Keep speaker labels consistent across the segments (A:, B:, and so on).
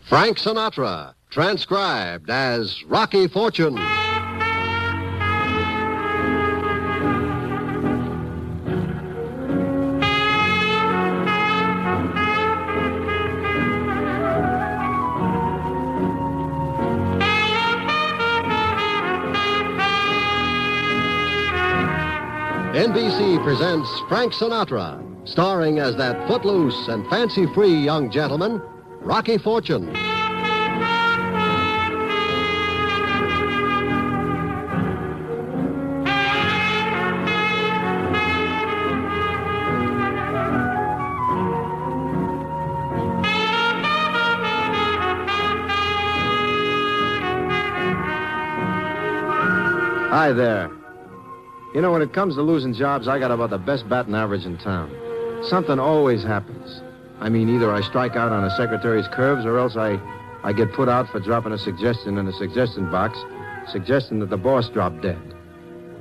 A: Frank Sinatra, transcribed as Rocky Fortune. NBC presents Frank Sinatra, starring as that footloose and fancy free young gentleman, Rocky Fortune.
B: Hi there. You know, when it comes to losing jobs, I got about the best batting average in town. Something always happens. I mean, either I strike out on a secretary's curves, or else I, I get put out for dropping a suggestion in a suggestion box, suggesting that the boss dropped dead.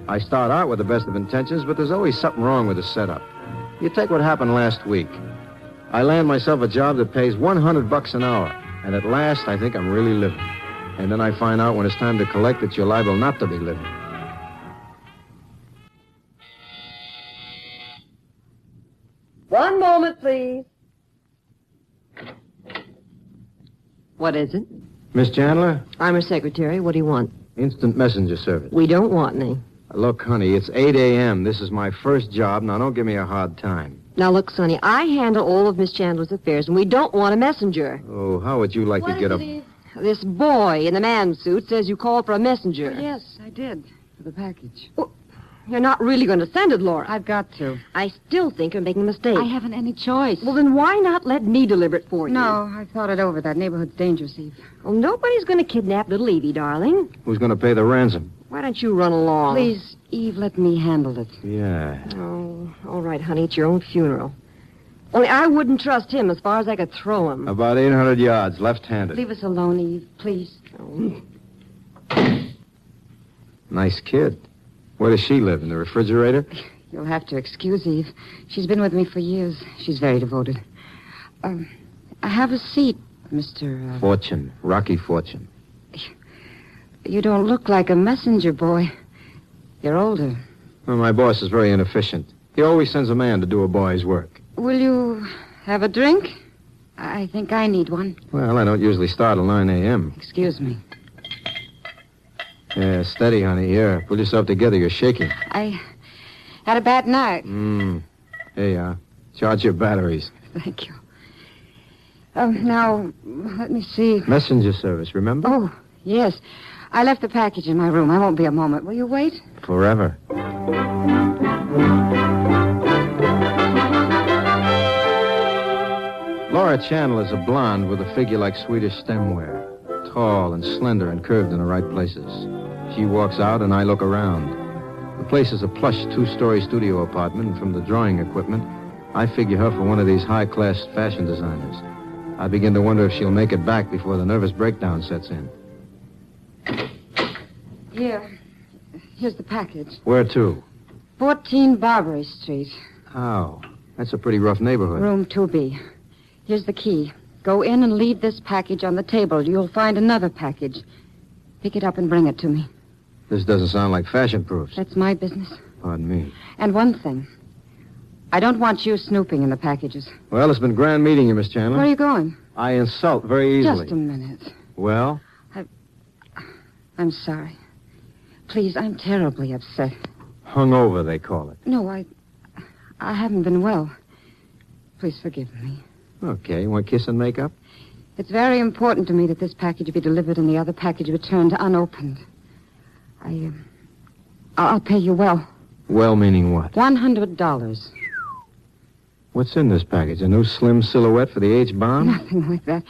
B: I start out with the best of intentions, but there's always something wrong with the setup. You take what happened last week. I land myself a job that pays 100 bucks an hour, and at last I think I'm really living. And then I find out when it's time to collect that you're liable not to be living.
C: One moment, please. What is it?
B: Miss Chandler,
C: I'm her secretary. What do you want?
B: instant messenger service.
C: We don't want any.
B: Look, honey, it's 8 a.m. This is my first job. Now, don't give me a hard time.
C: Now, look, Sonny, I handle all of Miss Chandler's affairs, and we don't want a messenger.
B: Oh, how would you like to get up?
C: This boy in the man suit says you called for a messenger.
D: Oh, Yes, I did. For the package.
C: You're not really going to send it, Laura.
D: I've got to.
C: I still think you're making a mistake.
D: I haven't any choice.
C: Well, then why not let me deliver it for you?
D: no, I've thought it over. That neighborhood's dangerous, Eve.
C: Well, nobody's going to kidnap little Evie, darling.
B: Who's going to pay the ransom?
C: Why don't you run along?
D: Please, Eve, let me handle it.
B: Yeah.
C: Oh, all right, honey. It's your own funeral. Only I wouldn't trust him as far as I could throw him.
B: About 800 yards, left-handed.
D: Leave us alone, Eve, please.
C: Oh,
B: Nice kid. Where does she live? In the refrigerator?
D: You'll have to excuse Eve. She's been with me for years. She's very devoted. Um, have a seat, Mr. Uh,
B: Fortune. Rocky Fortune.
D: you don't look like a messenger boy. You're older.
B: Well, my boss is very inefficient. He always sends a man to do a boy's work.
D: Will you have a drink? I think I need one.
B: Well, I don't usually start at 9 a.m.
D: Excuse me.
B: Yeah, steady, honey. Here, pull yourself together. You're shaking.
D: I had a bad night.
B: Mmm. Here you are. Charge your batteries.
D: Thank you. Um, now, let me see.
B: Messenger service, remember?
D: Oh, yes. I left the package in my room. I won't be a moment. Will you wait?
B: Forever. Laura Chandler is a blonde with a figure like Swedish stemware. Tall and slender and curved in the right places. She walks out and I look around. The place is a plush two-story studio apartment and from the drawing equipment. I figure her for one of these high-class fashion designers. I begin to wonder if she'll make it back before the nervous breakdown sets in.
D: Here. Here's the package.
B: Where to?
D: 14 Barbary Street,
B: How? That's a pretty rough neighborhood.
D: room 2B. Here's the key. Go in and leave this package on the table. You'll find another package. Pick it up and bring it to me.
B: This doesn't sound like fashion proofs.
D: That's my business.
B: Pardon me.
D: And one thing. I don't want you snooping in the packages.
B: Well, it's been grand meeting you, Miss Chandler.
D: Where are you going?
B: I insult very easily.
D: Just a minute.
B: Well,
D: I'm sorry. Please, I'm terribly upset.
B: hungover, they call it.
D: No, I. I haven't been well. Please forgive me.
B: Okay, want kiss and make up?
D: It's very important to me that this package be delivered and the other package returned unopened. I. Um, I- I'll pay you well.
B: Well, meaning what?
D: $100.
B: What's in this package? A new slim silhouette for the H bomb?
D: Nothing like that.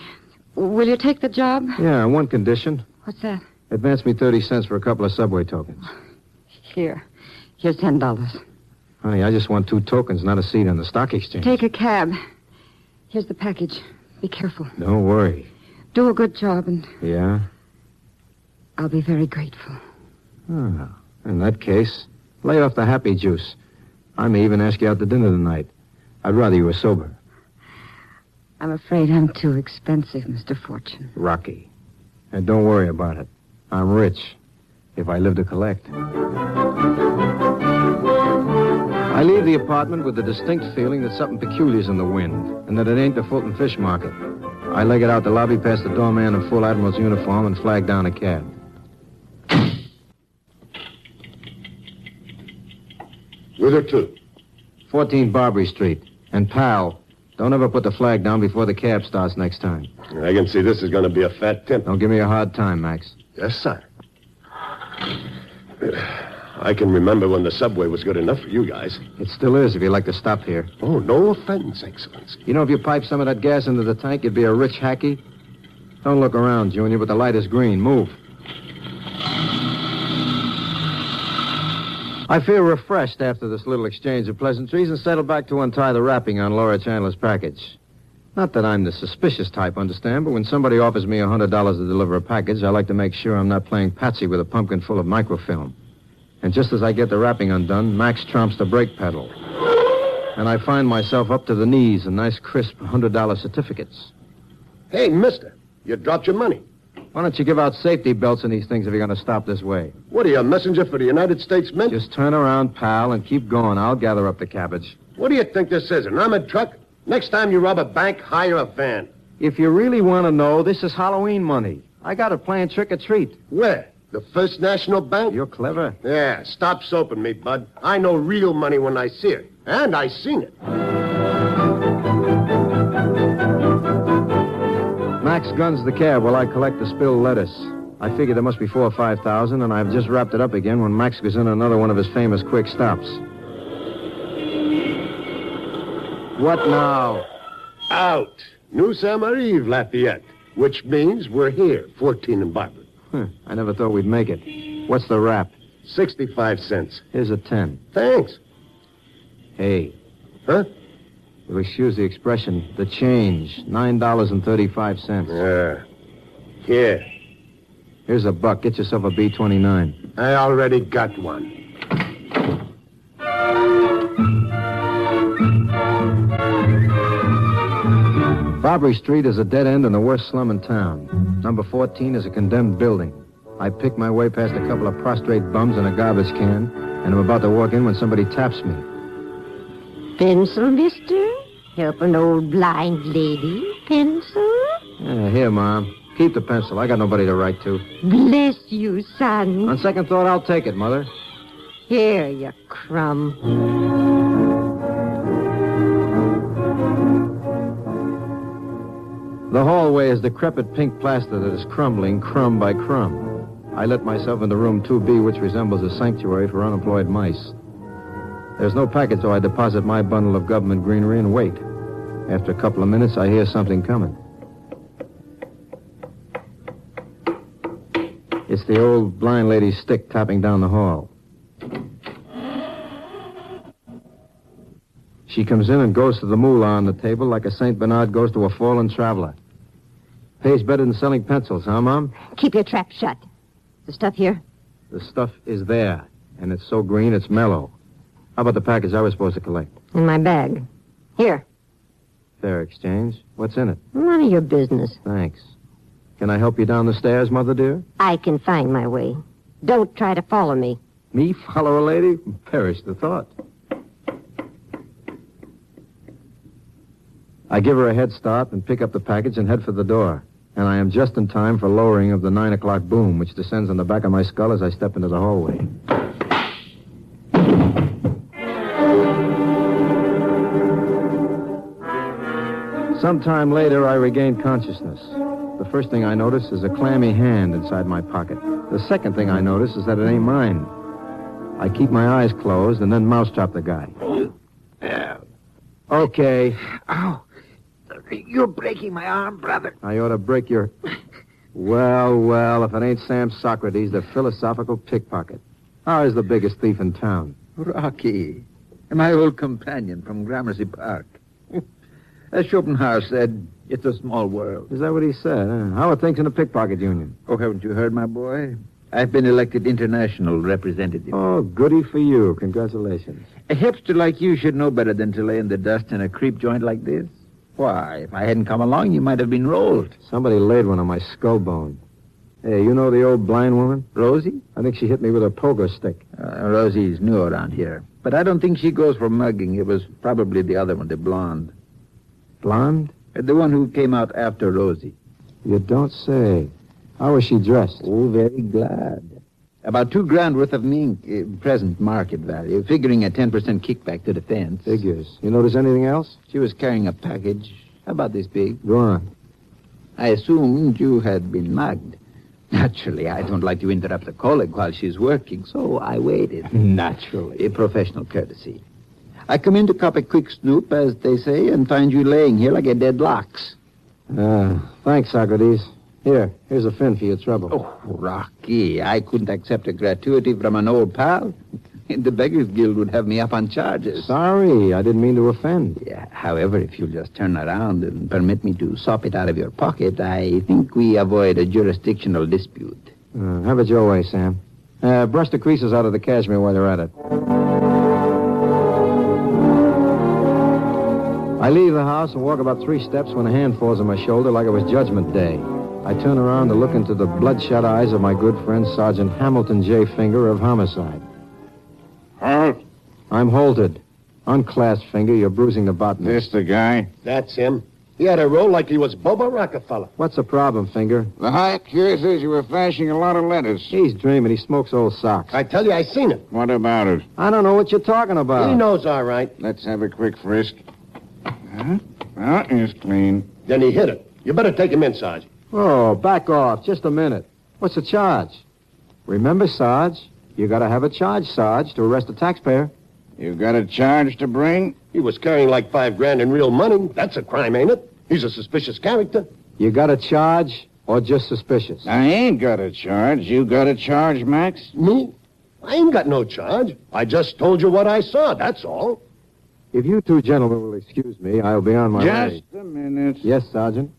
D: Will you take the job?
B: yeah, on one condition.
D: What's that?
B: Advance me 30 cents for a couple of subway tokens.
D: Here. Here's $10.
B: Honey, I just want two tokens, not a seat on the stock exchange.
D: Take a cab. Here's the package. Be careful.
B: Don't worry.
D: Do a good job, and
B: Yeah?
D: I'll be very grateful.
B: Oh. In that case, lay off the happy juice. I may even ask you out to dinner tonight. I'd rather you were sober.
D: I'm afraid I'm too expensive, Mr. Fortune.
B: Rocky. And don't worry about it. I'm rich. If I live to collect. I leave the apartment with the distinct feeling that something peculiar's in the wind, and that it ain't the Fulton Fish Market. I leg it out the lobby past the doorman in full admiral's uniform and flag down a cab.
E: Whither to?
B: 14 Barbary Street. And pal, don't ever put the flag down before the cab starts next time.
E: I can see this is going to be a fat tip.
B: Don't give me a hard time, Max.
E: Yes, sir. I can remember when the subway was good enough for you guys.
B: It still is if you like to stop here.
E: Oh, no offense, Excellency.
B: You know, if you piped some of that gas into the tank, you'd be a rich hacky. Don't look around, Junior, but the light is green. Move. I feel refreshed after this little exchange of pleasantries and settle back to untie the wrapping on Laura Chandler's package. Not that I'm the suspicious type, understand, but when somebody offers me $100 to deliver a package, I like to make sure I'm not playing patsy with a pumpkin full of microfilm. And just as I get the wrapping undone, Max trumps the brake pedal. And I find myself up to the knees in nice, crisp $100 certificates.
E: Hey, mister, you dropped your money.
B: Why don't you give out safety belts in these things if you're going to stop this way?
E: What are you, a messenger for the United States Mint?
B: Just turn around, pal, and keep going. I'll gather up the cabbage.
E: What do you think this is, an armored truck? Next time you rob a bank, hire a van.
B: If you really want to know, this is Halloween money. I got it playing trick or treat.
E: Where? The First National Bank?
B: You're clever.
E: Yeah, stop soaping me, bud. I know real money when I see it. And I seen it.
B: Max guns the cab while I collect the spilled lettuce. I figure there must be four or five thousand, and I've just wrapped it up again when Max goes in another one of his famous quick stops. What now?
E: Out. Nous sommes arrive, Lafayette. Which means we're here, 14 and Barbara.
B: Huh, I never thought we'd make it. What's the wrap?
E: 65 cents.
B: Here's a ten.
E: Thanks.
B: Hey,
E: Huh?
B: you'll excuse the expression, the change, nine dollars and thirty-five cents.
E: Yeah. Uh, Here.
B: Here's a buck. Get yourself a B twenty-nine.
E: I already got one.
B: Barbary Street is a dead end and the worst slum in town. Number 14 is a condemned building. I pick my way past a couple of prostrate bums in a garbage can, and I'm about to walk in when somebody taps me.
F: Pencil, mister? Help an old blind lady? Pencil?
B: Eh, here, Mom. Keep the pencil. I got nobody to write to.
F: Bless you, son.
B: On second thought, I'll take it, Mother.
F: Here, you crumb.
B: The hallway is decrepit pink plaster that is crumbling crumb by crumb. I let myself into room 2B, which resembles a sanctuary for unemployed mice. There's no package, so I deposit my bundle of government greenery and wait. After a couple of minutes, I hear something coming. It's the old blind lady's stick tapping down the hall. She comes in and goes to the moolah on the table like a St. Bernard goes to a fallen traveler. Pays better than selling pencils, huh, Mom?
F: Keep your trap shut. The stuff here?
B: The stuff is there, and it's so green it's mellow. How about the package I was supposed to collect?
F: In my bag. Here.
B: Fair exchange. What's in it?
F: None of your business.
B: Thanks. Can I help you down the stairs, Mother dear?
F: I can find my way. Don't try to follow me.
B: Me follow a lady? Perish the thought. I give her a head start and pick up the package and head for the door. And I am just in time for lowering of the nine o'clock boom, which descends on the back of my skull as I step into the hallway. Sometime later, I regain consciousness. The first thing I notice is a clammy hand inside my pocket. The second thing I notice is that it ain't mine. I keep my eyes closed and then mousetrap the guy. Okay.
G: Ow. Oh, You're breaking my arm, brother.
B: I ought to break your. Well, well, if it ain't Sam Socrates, the philosophical pickpocket. How is the biggest thief in town?
G: Rocky, my old companion from Gramercy Park. As Schopenhauer said, it's a small world.
B: Is that what he said? Huh? How are things in the pickpocket union?
G: Oh, haven't you heard, my boy? I've been elected international representative.
B: Oh, goody for you. Congratulations.
G: A hipster like you should know better than to lay in the dust in a creep joint like this. Why, if I hadn't come along, you might have been rolled.
B: Somebody laid one on my skull bone. Hey, you know the old blind woman?
G: Rosie?
B: I think she hit me with a pogo stick.
G: Uh, Rosie's new around here. But I don't think she goes for mugging. It was probably the other one, the blonde.
B: Blonde?
G: Uh, The one who came out after Rosie.
B: You don't say. How was she dressed?
G: Oh, very glad. About two grand worth of mink, uh, present market value, figuring a 10% kickback to the fence.
B: Figures. You notice anything else?
G: She was carrying a package about this big.
B: Go on.
G: I assumed you had been mugged. Naturally, I don't like to interrupt a colleague while she's working, so I waited. Naturally. A professional courtesy. I come in to cop a quick snoop, as they say, and find you laying here like a dead lox.
B: Ah, thanks, Socrates. Here, here's a fin for your trouble.
G: Oh, Rocky, I couldn't accept a gratuity from an old pal. the Beggars Guild would have me up on charges.
B: Sorry, I didn't mean to offend.
G: Yeah, however, if you'll just turn around and permit me to sop it out of your pocket, I think we avoid a jurisdictional dispute.
B: Uh, have it your way, Sam. Uh, brush the creases out of the cashmere while you're at it. I leave the house and walk about three steps when a hand falls on my shoulder like it was Judgment Day. I turn around to look into the bloodshot eyes of my good friend Sergeant Hamilton J. Finger of Homicide.
H: Huh?
B: I'm halted. Unclasped finger, you're bruising the botanist.
H: This the guy?
E: That's him. He had a roll like he was Boba Rockefeller.
B: What's the problem, finger?
H: The high cure says you were flashing a lot of letters.
B: He's dreaming. He smokes old socks.
E: I tell you, I seen him.
H: What about it?
B: I don't know what you're talking
H: Ah.
B: about.
E: He knows all right.
H: Let's have a quick frisk. Huh? Well, it's clean.
E: Then he hit it. You better take him in, Sarge.
B: Oh, back off. Just a minute. What's the charge? Remember, Sarge, you gotta have a charge, Sarge, to arrest a taxpayer.
H: You got a charge to bring?
E: He was carrying like five grand in real money. That's a crime, ain't it? He's a suspicious character.
B: You got a charge or just suspicious?
H: I ain't got a charge. You got a charge, Max?
E: Me? I ain't got no charge. I just told you what I saw, that's all.
B: If you two gentlemen will excuse me, I'll be on my way.
H: Just a minute.
B: Yes, Sergeant.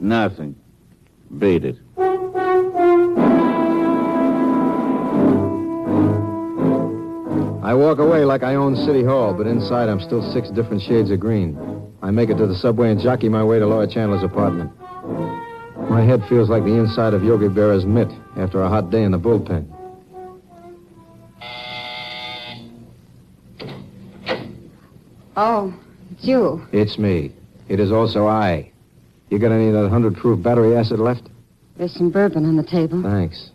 H: Nothing. Beat it.
B: I walk away like I own City Hall, but inside I'm still six different shades of green. I make it to the subway and jockey my way to Laura Chandler's apartment. My head feels like the inside of Yogi Berra's mitt after a hot day in the bullpen.
D: Oh, it's you.
B: It's me. It is also I. You got any of that hundred proof battery acid left?
D: There's some bourbon on the table.
B: Thanks.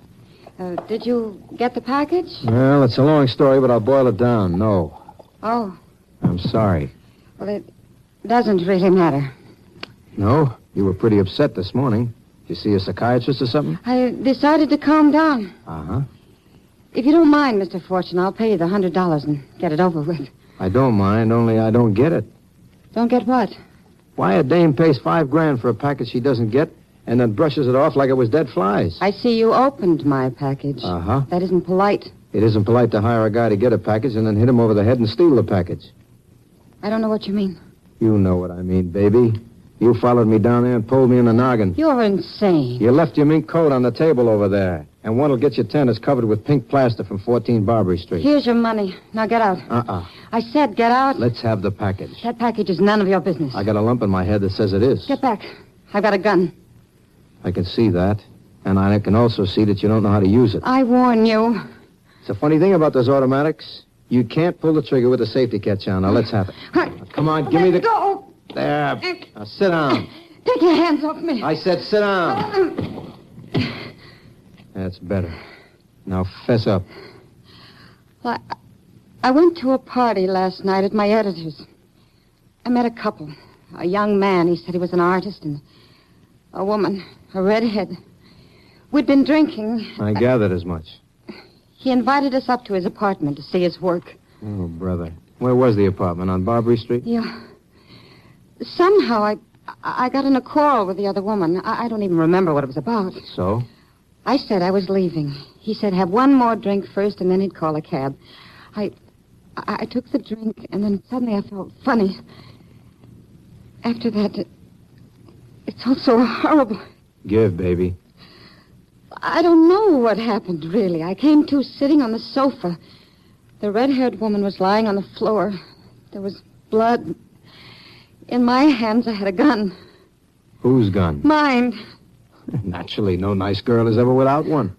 D: Uh, did you get the package?
B: Well, it's a long story, but I'll boil it down. No,
D: Oh,
B: I'm sorry.
D: well, it doesn't really matter.
B: No, you were pretty upset this morning. You see a psychiatrist or something?
D: I decided to calm down.
B: Uh huh.
D: If you don't mind, Mr. Fortune, I'll pay you the hundred dollars and get it over with.
B: I don't mind, only I don't get it.
D: Don't get what?
B: Why a dame pays five grand for a package she doesn't get and then brushes it off like it was dead flies?
D: I see you opened my package.
B: Uh huh.
D: That isn't polite.
B: It isn't polite to hire a guy to get a package and then hit him over the head and steal the package.
D: I don't know what you mean.
B: You know what I mean, baby. You followed me down there and pulled me in the noggin.
D: You're insane.
B: You left your mink coat on the table over there, and one'll get your ten is covered with pink plaster from 14 Barbary Street.
D: Here's your money. Now get out.
B: Uh-uh.
D: I said get out.
B: Let's have the package.
D: That package is none of your business.
B: I got a lump in my head that says it is.
D: Get back. I've got a gun.
B: I can see that, and I can also see that you don't know how to use it.
D: I warn you.
B: It's a funny thing about those automatics. You can't pull the trigger with the safety catch on. Now let's have it.
D: Hi.
B: Come on, give me the
D: Go.
B: there. Now sit down.
D: Take your hands off me.
B: I said sit down. That's better. Now fess up.
D: Well, I- I went to a party last night at my editor's. I met a couple. A young man, he said he was an artist, and a woman, a redhead. We'd been drinking.
B: I gathered as much.
D: He invited us up to his apartment to see his work.
B: Oh, brother. Where was the apartment? On Barbary Street?
D: You. Somehow I, I I got in a quarrel with the other woman. I, I don't even remember what it was about.
B: So?
D: I said I was leaving. He said have one more drink first, and then he'd call a cab. I, I, I took the drink, and then suddenly I felt funny. After that, it, it's all so horrible.
B: Give, baby.
D: I don't know what happened, really. I came to sitting on the sofa. The red haired woman was lying on the floor. There was blood. In my hands, I had a gun.
B: Whose gun?
D: Mine.
B: Naturally, no nice girl is ever without one.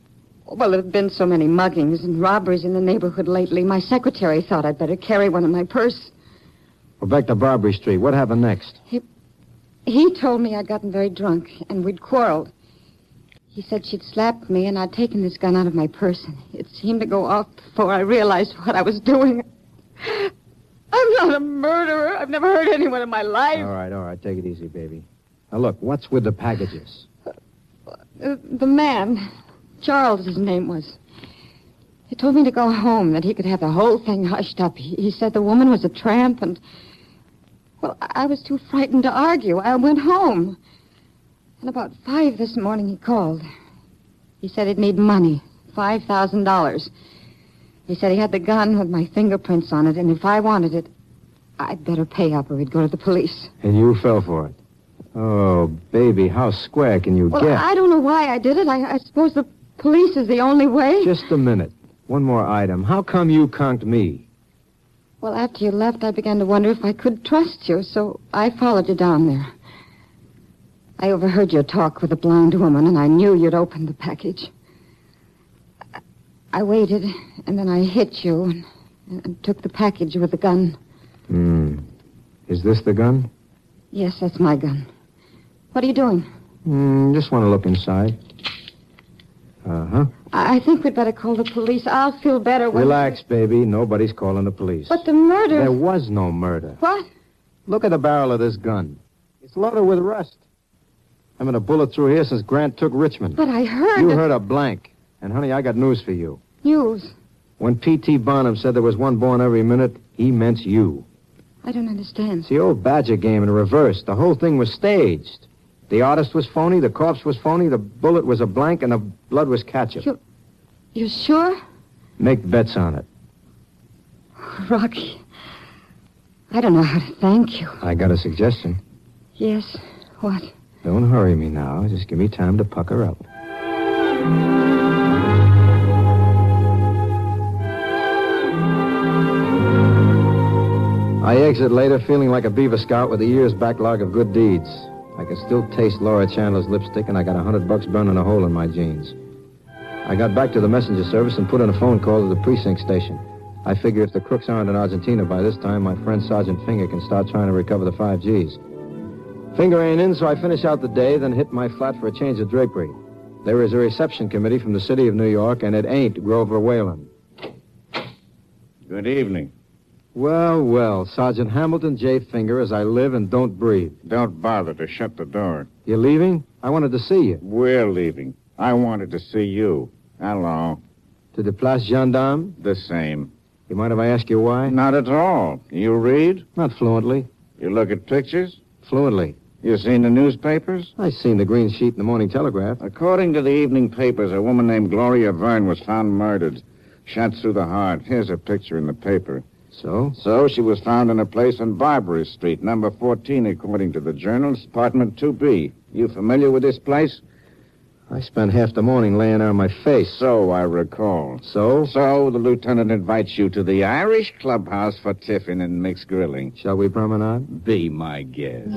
D: Well, there have been so many muggings and robberies in the neighborhood lately. My secretary thought I'd better carry one in my purse.
B: We're back to Barbary Street. What happened next?
D: He told me I'd gotten very drunk and we'd quarreled. He said she'd slapped me and I'd taken this gun out of my purse. It seemed to go off before I realized what I was doing. I'm not a murderer. I've never hurt anyone in my life.
B: All right, all right. Take it easy, baby. Now, look, what's with the packages?
D: Uh, the man, Charles, his name was. He told me to go home, that he could have the whole thing hushed up. He, he said the woman was a tramp, and. Well, I I was too frightened to argue. I went home. And about five this morning, he called. He said he'd need money $5,000. He said he had the gun with my fingerprints on it, and if I wanted it, I'd better pay up or he'd go to the police.
B: And you fell for it. Oh, baby, how square can you
D: Well,
B: get?
D: I don't know why I did it. I, I suppose the police is the only way.
B: Just a minute. One more item. How come you conked me?
D: Well, after you left, I began to wonder if I could trust you, so I followed you down there. I overheard your talk with the blonde woman, and I knew you'd opened the package. I- I waited, and then I hit you and, and took the package with the gun.
B: Hmm. Is this the gun?
D: Yes, that's my gun. What are you doing?
B: Hmm, just want to look inside. Uh huh.
D: I, I think we'd better call the police. I'll feel better when.
B: Relax, baby. Nobody's calling the police.
D: But the murder.
B: There was no murder.
D: What?
B: Look at the barrel of this gun. It's loaded with rust. I've been a bullet through here since Grant took Richmond.
D: But I heard.
B: You heard a blank. And, honey, I got news for you.
D: News.
B: When P.T. Barnum said there was one born every minute, he meant you.
D: I don't understand.
B: It's the old Badger game in reverse. The whole thing was staged. The artist was phony, the corpse was phony, the bullet was a blank, and the blood was ketchup.
D: You- You sure?
B: Make bets on it.
D: Rocky, I don't know how to thank you.
B: I got a suggestion.
D: Yes. What?
B: Don't hurry me now. Just give me time to pucker up. I exit later feeling like a beaver scout with a year's backlog of good deeds. I can still taste Laura Chandler's lipstick, and I got a hundred bucks burning a hole in my jeans. I got back to the messenger service and put in a phone call to the precinct station. I figure if the crooks aren't in Argentina by this time, my friend Sergeant Finger can start trying to recover the five G's. Finger ain't in, so I finish out the day, then hit my flat for a change of drapery. There is a reception committee from the city of New York, and it ain't Grover Whalen.
H: Good evening.
B: Well, well, Sergeant Hamilton J. Finger, as I live and don't breathe.
H: Don't bother to shut the door.
B: You leaving? I wanted to see you.
H: We're leaving. I wanted to see you. Hello.
B: To the Place Gendarme?
H: The same.
B: You mind if I ask you why?
H: Not at all. You read?
B: Not fluently.
H: You look at pictures?
B: Fluently.
H: You seen the newspapers?
B: I seen the green sheet in the Morning Telegraph.
H: According to the evening papers, a woman named Gloria Verne was found murdered, shot through the heart. Here's a picture in the paper.
B: So?
H: So she was found in a place on Barbary Street, number 14, according to the journals, apartment 2B. You familiar with this place?
B: I spent half the morning laying on my face.
H: So I recall.
B: So?
H: So the lieutenant invites you to the Irish clubhouse for tiffin and mixed grilling.
B: Shall we promenade?
H: Be my guest.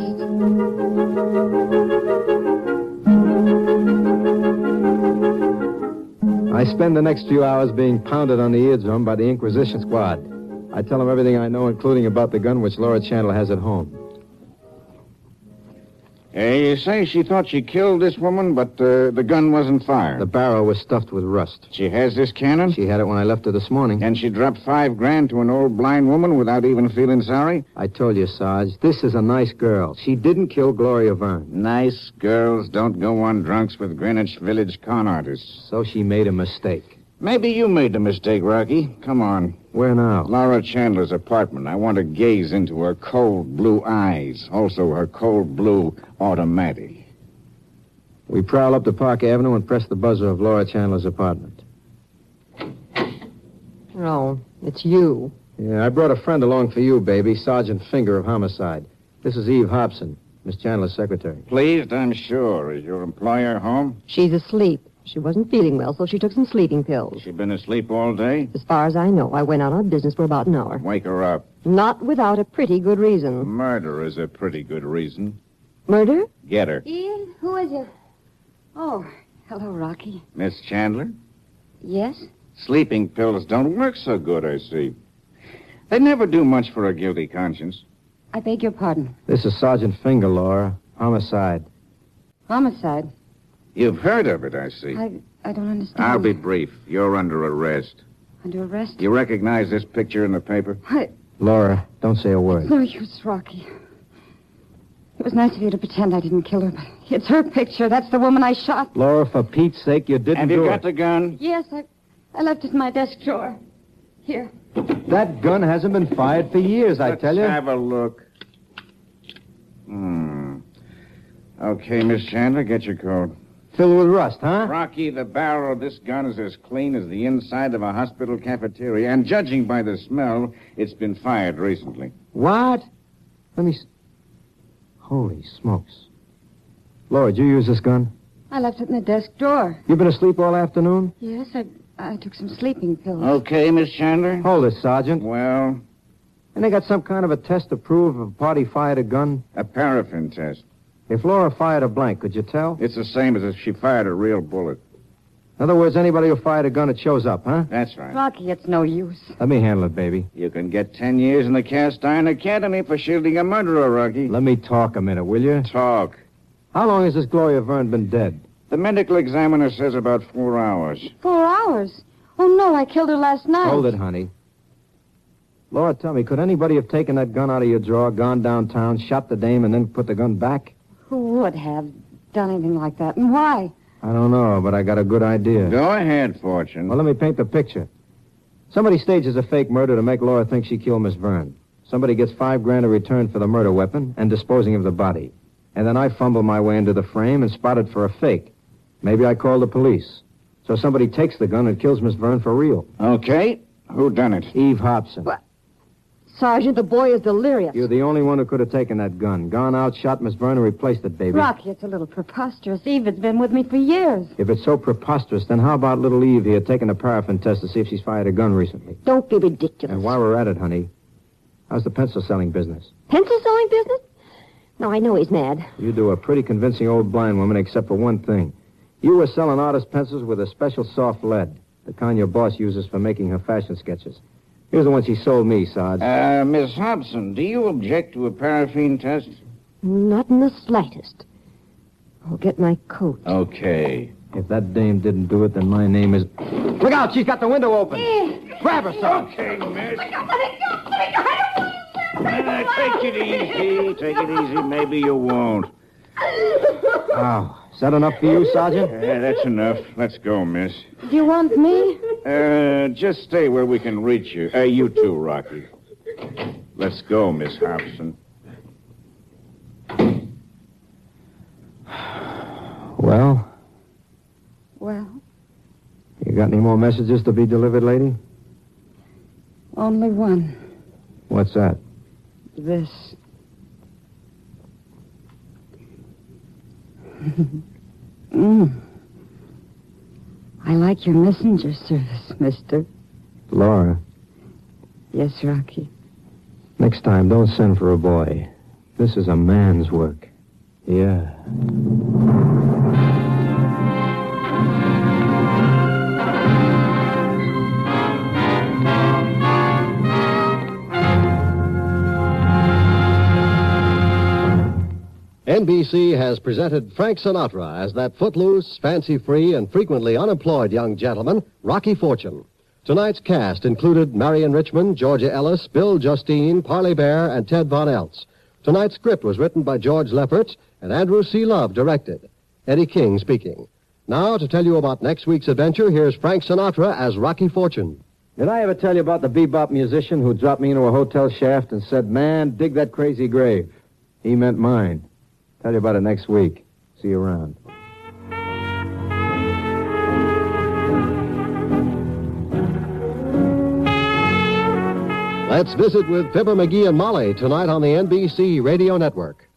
B: I spend the next few hours being pounded on the eardrum by the Inquisition squad. I tell them everything I know, including about the gun which Laura Chandler has at home.
H: Uh, you say she thought she killed this woman, but uh, the gun wasn't fired.
B: The barrel was stuffed with rust.
H: She has this cannon?
B: She had it when I left her this morning.
H: And she dropped five grand to an old blind woman without even feeling sorry?
B: I told you, Sarge, this is a nice girl. She didn't kill Gloria Verne,
H: Nice girls don't go on drunks with Greenwich Village con artists.
B: so she made a mistake.
H: Maybe you made the mistake, Rocky. Come on.
B: Where now?
H: Laura Chandler's apartment. I want to gaze into her cold blue eyes, also her cold blue automatic.
B: We prowl up to Park Avenue and press the buzzer of Laura Chandler's apartment.
F: Oh, it's you.
B: Yeah, I brought a friend along for you, baby, Sergeant Finger of Homicide. This is Eve Hobson, Miss Chandler's secretary.
H: Pleased, I'm sure. Is your employer home?
F: She's asleep. She wasn't feeling well, so she took some sleeping pills.
H: She been asleep all day?
F: As far as I know, I went out on business for about an hour.
H: Wake her up.
F: Not without a pretty good reason.
H: Murder is a pretty good reason.
F: Murder?
H: Get her.
D: Ian, who is it? Oh, hello, Rocky.
H: Miss Chandler?
D: Yes?
H: Sleeping pills don't work so good, I see. They never do much for a guilty conscience.
D: I beg your pardon.
B: This is Sergeant Finger, Laura. Homicide.
D: Homicide?
H: You've heard of it, I see.
D: I, I don't understand.
H: I'll be brief. You're under arrest.
D: Under arrest?
H: You recognize this picture in the paper?
D: What?
B: Laura, don't say a word.
D: No use, Rocky. It was nice of you to pretend I didn't kill her, but it's her picture. That's the woman I shot.
B: Laura, for Pete's sake, you didn't
H: Have
B: do
H: you got
B: it.
H: the gun?
D: Yes, I, I left it in my desk drawer. Here.
B: That gun hasn't been fired for years, I
H: Let's
B: tell you.
H: Have a look. Hmm. Okay, Miss Chandler, get your coat.
B: Filled with rust, huh?
H: Rocky, the barrel of this gun is as clean as the inside of a hospital cafeteria, and judging by the smell, it's been fired recently.
B: What? Let me. s Holy smokes. Laura, did you use this gun?
D: I left it in the desk drawer.
B: You've been asleep all afternoon?
D: Yes, I, I took some sleeping pills.
H: Okay, Miss Chandler?
B: Hold it, Sergeant.
H: Well,
B: And they got some kind of a test to prove if a party fired a gun?
H: a paraffin test.
B: If Laura fired a blank, could you tell?
H: It's the same as if she fired a real bullet.
B: In other words, anybody who fired a gun, it shows up, huh?
H: That's right.
D: Rocky, it's no use.
B: Let me handle it, baby.
H: You can get ten years in the cast iron academy for shielding a murderer, Rocky.
B: Let me talk a minute, will you?
H: Talk.
B: How long has this Gloria Verne been dead?
H: The medical examiner says about four hours.
D: Four hours. Oh, no, I killed her last night.
B: Oh. Hold it, honey. Laura, tell me, could anybody have taken that gun out of your drawer, gone downtown, shot the dame, and then put the gun back?
D: Who would have done anything like that? And why?
B: I don't know, but I got a good idea.
H: Go ahead, Fortune.
B: Well, let me paint the picture. Somebody stages a fake murder to make Laura think she killed Miss Verne. Somebody gets five grand in return for the murder weapon and disposing of the body. And then I fumble my way into the frame and spot it for a fake. Maybe I call the police. So somebody takes the gun and kills Miss Verne for real.
H: Okay. Who done it?
B: Eve Hobson.
C: Sergeant, the boy is delirious.
B: You're the only one who could have taken that gun. Gone out, shot Miss Verne, and replaced it, baby.
D: Rocky, it's a little preposterous. Eve has been with me for years.
B: If it's so preposterous, then how about little Eve here taking a paraffin test to see if she's fired a gun recently?
C: Don't be ridiculous.
B: And while we're at it, honey, how's the pencil selling business?
C: Pencil selling business? No, I know he's mad.
B: You do a pretty convincing old blind woman, except for one thing. You were selling artist pencils with a special soft lead, the kind your boss uses for making her fashion sketches. Here's the one she sold me, Sarge.
H: Uh, Miss Hobson, do you object to a paraffin test?
C: Not in the slightest. I'll get my coat.
B: Oh.
H: Okay.
B: if that dame didn't do it, then my name is. Look out! She's got the window open. Grab her, Sarge.
H: Okay, miss. Uh, take it easy. Take it easy. Maybe you won't.
B: Wow. Is that enough for you, Sergeant?
H: Yeah, that's enough. Let's go, miss.
D: Do you want me?
H: Uh, just stay where we can reach you. Uh, you too, Rocky. Let's go, Miss Hobson.
B: Well,
D: Well,
B: you got any more messages to be delivered, lady?
D: only one.
B: What's that?
D: This. mm. I like your messenger service, mister.
B: Laura,
D: Yes, Rocky.
B: next time don't send for a boy. This is a man's work. Yeah.
A: NBC has presented Frank Sinatra as that footloose, fancy free, and frequently unemployed young gentleman, Rocky Fortune. Tonight's cast included Marion Richmond, Georgia Ellis, Bill Justine, Parley Bear, and Ted Von Eltz. Tonight's script was written by George Lefferts and Andrew C. Love directed. Eddie King speaking. Now, to tell you about next week's adventure, here's Frank Sinatra as Rocky Fortune.
B: Did I ever tell you about the bebop musician who dropped me into a hotel shaft and said, Man, dig that crazy grave? He meant mine. Tell you about it next week. See you around.
A: Let's visit with Fibber McGee and Molly tonight on the NBC Radio Network.